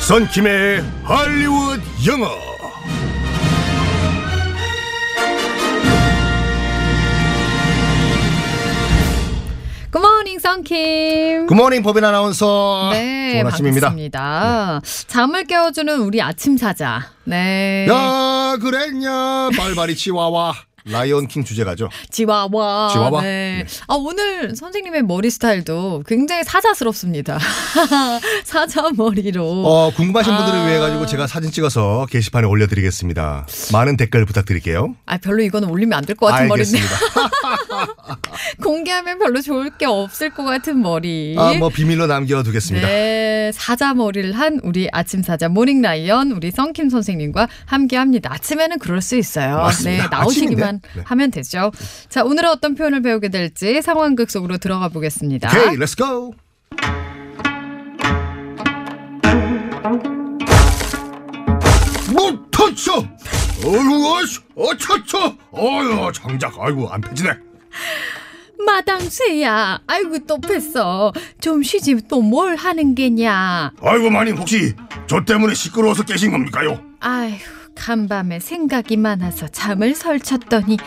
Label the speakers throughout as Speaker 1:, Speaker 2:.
Speaker 1: 선킴의 할리우드 영어.
Speaker 2: 굿모닝 썬킴.
Speaker 1: 굿모닝 법인 아나운서
Speaker 2: 네,
Speaker 1: 좋은 아침입니다. 네.
Speaker 2: 반갑습니다. 잠을 깨워주는 우리 아침 사자. 네.
Speaker 1: 야 그랬냐 발바리 치와와 라이언 킹 주제가죠.
Speaker 2: 지와와.
Speaker 1: 지와와?
Speaker 2: 네.
Speaker 1: 네.
Speaker 2: 아, 오늘 선생님의 머리 스타일도 굉장히 사자스럽습니다. 사자 머리로.
Speaker 1: 어 궁금하신 분들을
Speaker 2: 아.
Speaker 1: 위해 가지고 제가 사진 찍어서 게시판에 올려드리겠습니다. 많은 댓글 부탁드릴게요.
Speaker 2: 아, 별로 이거는 올리면 안 될 것 같은 머리인데.
Speaker 1: 알겠습니다.
Speaker 2: 공개하면 별로 좋을 게 없을 것 같은 머리.
Speaker 1: 아뭐 비밀로 남겨두겠습니다.
Speaker 2: 예? 네, 사자 머리를 한 우리 아침 사자 모닝 라이언 우리 썬킴 선생님과 함께합니다. 아침에는 그럴 수 있어요.
Speaker 1: 맞습니다.
Speaker 2: 네, 나오시기만
Speaker 1: 아침인데. 네.
Speaker 2: 하면 되죠. 자, 오늘은 어떤 표현을 배우게 될지 상황극 속으로 들어가 보겠습니다.
Speaker 1: 오케이, 렛츠 고. 뭐 터쳐? 어이구, 어이씨, 어차차. 어휴, 장작, 아이고, 안 펴지네.
Speaker 2: 마당쇠야, 아이고 또 뺐어. 좀 쉬지 또 뭘 하는 게냐.
Speaker 1: 아이고, 마님, 혹시 저 때문에 시끄러워서 깨신 겁니까요?
Speaker 2: 아휴, 간밤에 생각이 많아서 잠을 설쳤더니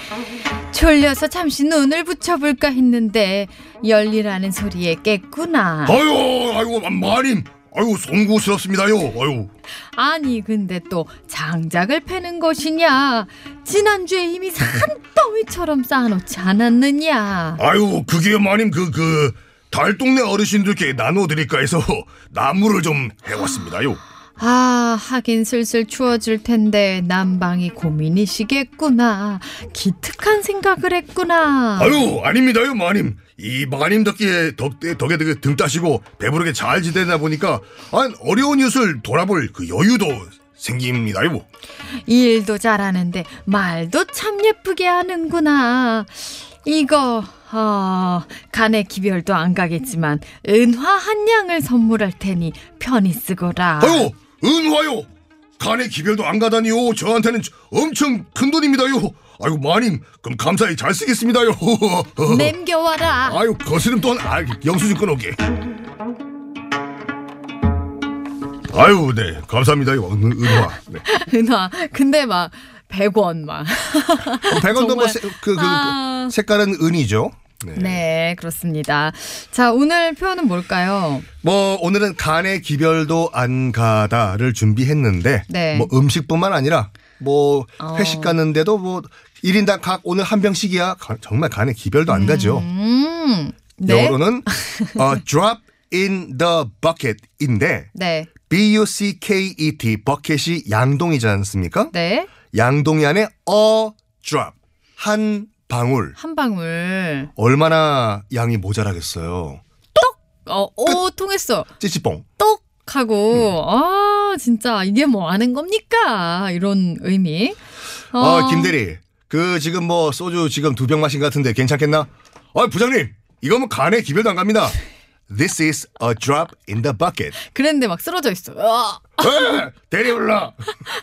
Speaker 2: 졸려서 잠시 눈을 붙여볼까 했는데 열리라는 소리에 깼구나.
Speaker 1: 아유, 아이고, 마님. 아이고, 송구스럽습니다요. 아유.
Speaker 2: 아니 근데 또 장작을 패는 것이냐 지난주에 이미 산더미처럼 쌓아놓지 않았느냐
Speaker 1: 아유, 그게 마님, 그, 그, 달동네 어르신들께 나눠드릴까 해서 나무를 좀 해왔습니다요.
Speaker 2: 아 하긴 슬슬 추워질 텐데 난방이 고민이시겠구나 기특한 생각을 했구나
Speaker 1: 아유 아닙니다요 마님 이 마님 덕에 덕에 덕에 덕에 등 따시고 배부르게 잘 지내다 보니까 안 어려운 이웃을 돌아볼 그 여유도 생깁니다요
Speaker 2: 이 일도 잘하는데 말도 참 예쁘게 하는구나 이거 어, 간의 기별도 안 가겠지만 은화 한 양을 선물할 테니 편히 쓰거라
Speaker 1: 아유 은화요 간의 기별도 안 가다니요 저한테는 엄청 큰 돈입니다요 아유 마님 그럼 감사히 잘 쓰겠습니다요 네.
Speaker 2: 남겨와라
Speaker 1: 아유 거스름 또한 아, 영수증 끊어게 아유 네 감사합니다요 은, 은화 네.
Speaker 2: 은화. 근데 막 100원 막.
Speaker 1: 100원도
Speaker 2: 정말.
Speaker 1: 뭐 세- 그, 그,
Speaker 2: 아.
Speaker 1: 색깔은 은이죠
Speaker 2: 네, 그렇습니다. 자, 오늘 표현은 뭘까요?
Speaker 1: 뭐 오늘은 간의 기별도 안 가다를 준비했는데
Speaker 2: 네.
Speaker 1: 뭐 음식뿐만 아니라 뭐
Speaker 2: 어.
Speaker 1: 회식 갔는데도 뭐 1인당 각 오늘 한 병씩이야 가- 정말 간의 기별도 안 가죠.
Speaker 2: 음. 네.
Speaker 1: 영어로는 어, drop in the bucket인데
Speaker 2: 네.
Speaker 1: B U C K E T 버켓이 양동이지 않습니까?
Speaker 2: 네.
Speaker 1: 양동이 안에 a drop 한 방울
Speaker 2: 한 방울.
Speaker 1: 얼마나 양이 모자라겠어요.
Speaker 2: 어, 오, 통했어.
Speaker 1: 찌찌뽕.
Speaker 2: 똑
Speaker 1: 음.
Speaker 2: 하고. 아, 진짜 이게 뭐 아는 겁니까? 이런 의미.
Speaker 1: 어, 김대리. 그 지금 뭐 소주 지금 두 병 마신 것 같은데 괜찮겠나? 어, 부장님. 이거 뭐 간에 기별도 안 갑니다. This is a drop in the bucket.
Speaker 2: 그랬는데 막 쓰러져 있어. 아,
Speaker 1: 에, 대리 올라.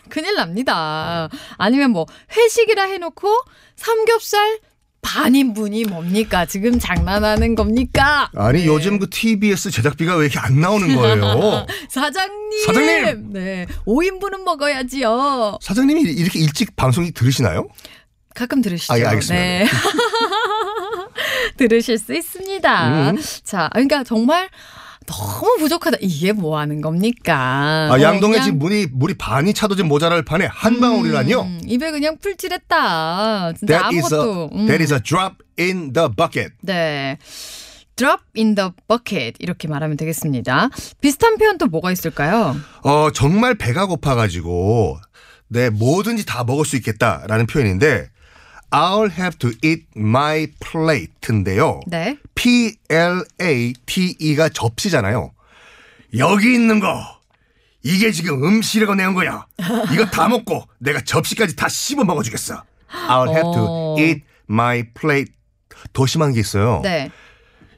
Speaker 2: 큰일 납니다. 아니면 뭐 회식이라 해놓고 삼겹살 반인분이 뭡니까? 지금 장난하는 겁니까?
Speaker 1: 아니 요즘 그 TBS 제작비가 왜 이렇게 안 나오는 거예요?
Speaker 2: 사장님.
Speaker 1: 사장님!
Speaker 2: 네, 5인분은 먹어야지요.
Speaker 1: 사장님이 이렇게 일찍 방송이 들으시나요?
Speaker 2: 가끔 들으시죠.
Speaker 1: 아, 예, 알겠습니다.
Speaker 2: 네. 들으실 수 있습니다.
Speaker 1: 음.
Speaker 2: 자, 그러니까 정말 너무 부족하다. 이게 뭐 하는 겁니까?
Speaker 1: 아,
Speaker 2: 어,
Speaker 1: 양동에
Speaker 2: 그냥,
Speaker 1: 지금 물이 물이 반이 차도 지금 모자랄 판에 한 방울이라니요?
Speaker 2: 음, 입에 그냥 풀칠했다. 진짜
Speaker 1: That is
Speaker 2: 아무것도.
Speaker 1: a
Speaker 2: 음.
Speaker 1: that is a drop in the bucket.
Speaker 2: 네. drop in the bucket 이렇게 말하면 되겠습니다. 비슷한 표현 또 뭐가 있을까요?
Speaker 1: 어, 정말 배가 고파가지고, 네, 뭐든지 다 먹을 수 있겠다라는 표현인데, I'll have to eat my plate인데요.
Speaker 2: 네.
Speaker 1: P-L-A-T-E가 접시잖아요. 여기 있는 거, 이게 지금 음식이라고 내온 거야. 이거 다 먹고 내가 접시까지 다 씹어 먹어주겠어. I'll have
Speaker 2: 어.
Speaker 1: to eat my plate. 더 심한 게 있어요.
Speaker 2: 네.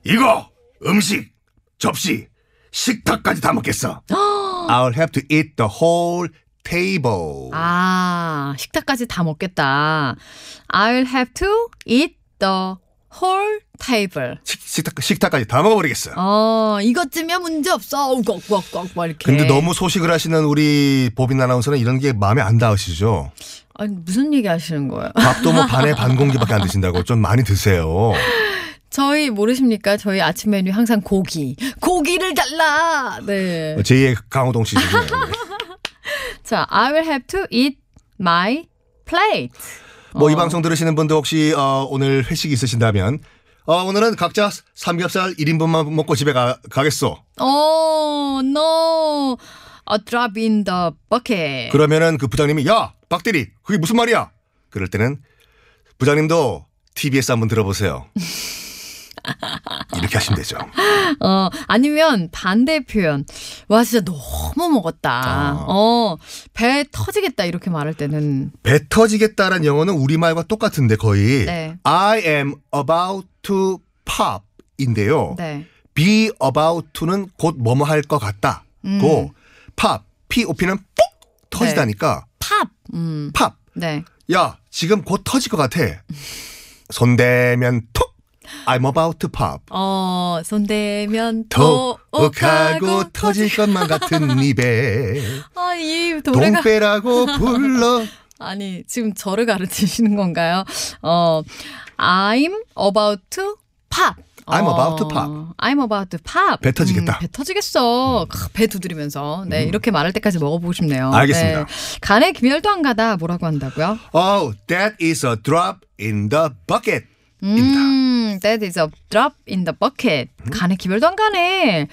Speaker 1: 이거 음식 접시 식탁까지 다 먹겠어. I'll have to eat the whole table.
Speaker 2: 아, 식탁까지 다 먹겠다. I'll have to eat the 홀 테이블.
Speaker 1: 식, 식탁, 식탁까지 다 먹어버리겠어.
Speaker 2: 어, 이것쯤이야 문제 없어. 꽉꽉꽉 막 이렇게.
Speaker 1: 근데 너무 소식을 하시는 우리 보빈 아나운서는 이런 게 마음에 안 닿으시죠?
Speaker 2: 아니, 무슨 얘기 하시는 거예요?
Speaker 1: 밥도 뭐 반에 반 공기밖에 안 드신다고 좀 많이 드세요.
Speaker 2: 저희 모르십니까? 저희 아침 메뉴 항상 고기. 고기를 달라. 네.
Speaker 1: 제2의 강호동 씨 중에.
Speaker 2: 자, I will have to eat my plate.
Speaker 1: 뭐 이
Speaker 2: 어.
Speaker 1: 방송 들으시는 분들 혹시 어, 오늘 회식이 있으신다면 어, 오늘은 각자 삼겹살 1인분만 먹고 집에 가, 가겠소.
Speaker 2: Oh no. A drop in the bucket.
Speaker 1: 그러면은 그 부장님이 야 박대리 그게 무슨 말이야? 그럴 때는 부장님도 TBS 한번 들어보세요. 이렇게 하시면 되죠.
Speaker 2: 어, 아니면 반대 표현. 와, 진짜 너무 먹었다.
Speaker 1: 아.
Speaker 2: 어, 배 터지겠다. 이렇게 말할 때는.
Speaker 1: 배 터지겠다라는 영어는 우리말과 똑같은데 거의
Speaker 2: 네.
Speaker 1: I am about to pop 인데요.
Speaker 2: 네.
Speaker 1: be about to는 곧 뭐뭐 할 것 같다.
Speaker 2: 음.
Speaker 1: 고 pop, pop는 뽁 터지다니까
Speaker 2: 팝. 음,
Speaker 1: pop.
Speaker 2: 네.
Speaker 1: 야 지금 곧 터질 것 같아. 손대면 톡 I'm about to pop.
Speaker 2: 어, 손대면 어,
Speaker 1: 더욱하
Speaker 2: 더욱하고
Speaker 1: 고 터질 것만 같은 입에
Speaker 2: 아, 이 노래가.
Speaker 1: 동빼라고 불러
Speaker 2: 아니, 지금 저를 가르치시는 건가요? 어, I'm about to pop.
Speaker 1: I'm
Speaker 2: 어,
Speaker 1: about to pop.
Speaker 2: I'm about to pop.
Speaker 1: 배 터지겠다. 음.
Speaker 2: 음, 배 터지겠어. 크, 배 두드리면서. 네, 이렇게 말할 때까지 먹어보고 싶네요.
Speaker 1: 알겠습니다.
Speaker 2: 네. 간에 김열도 안 가다 뭐라고 한다고요?
Speaker 1: Oh that is a drop in the bucket 입니다 음?
Speaker 2: 음, that is a drop in the bucket. 간에 기별도 안 가네.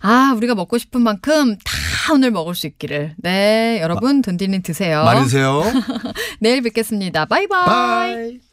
Speaker 2: 아, 우리가 먹고 싶은 만큼 다 오늘 먹을 수 있기를.
Speaker 1: 어?
Speaker 2: 네, 여러분, 든든히 드세요.
Speaker 1: 많이 드세요
Speaker 2: 내일 뵙겠습니다. 바이바이.
Speaker 1: 바이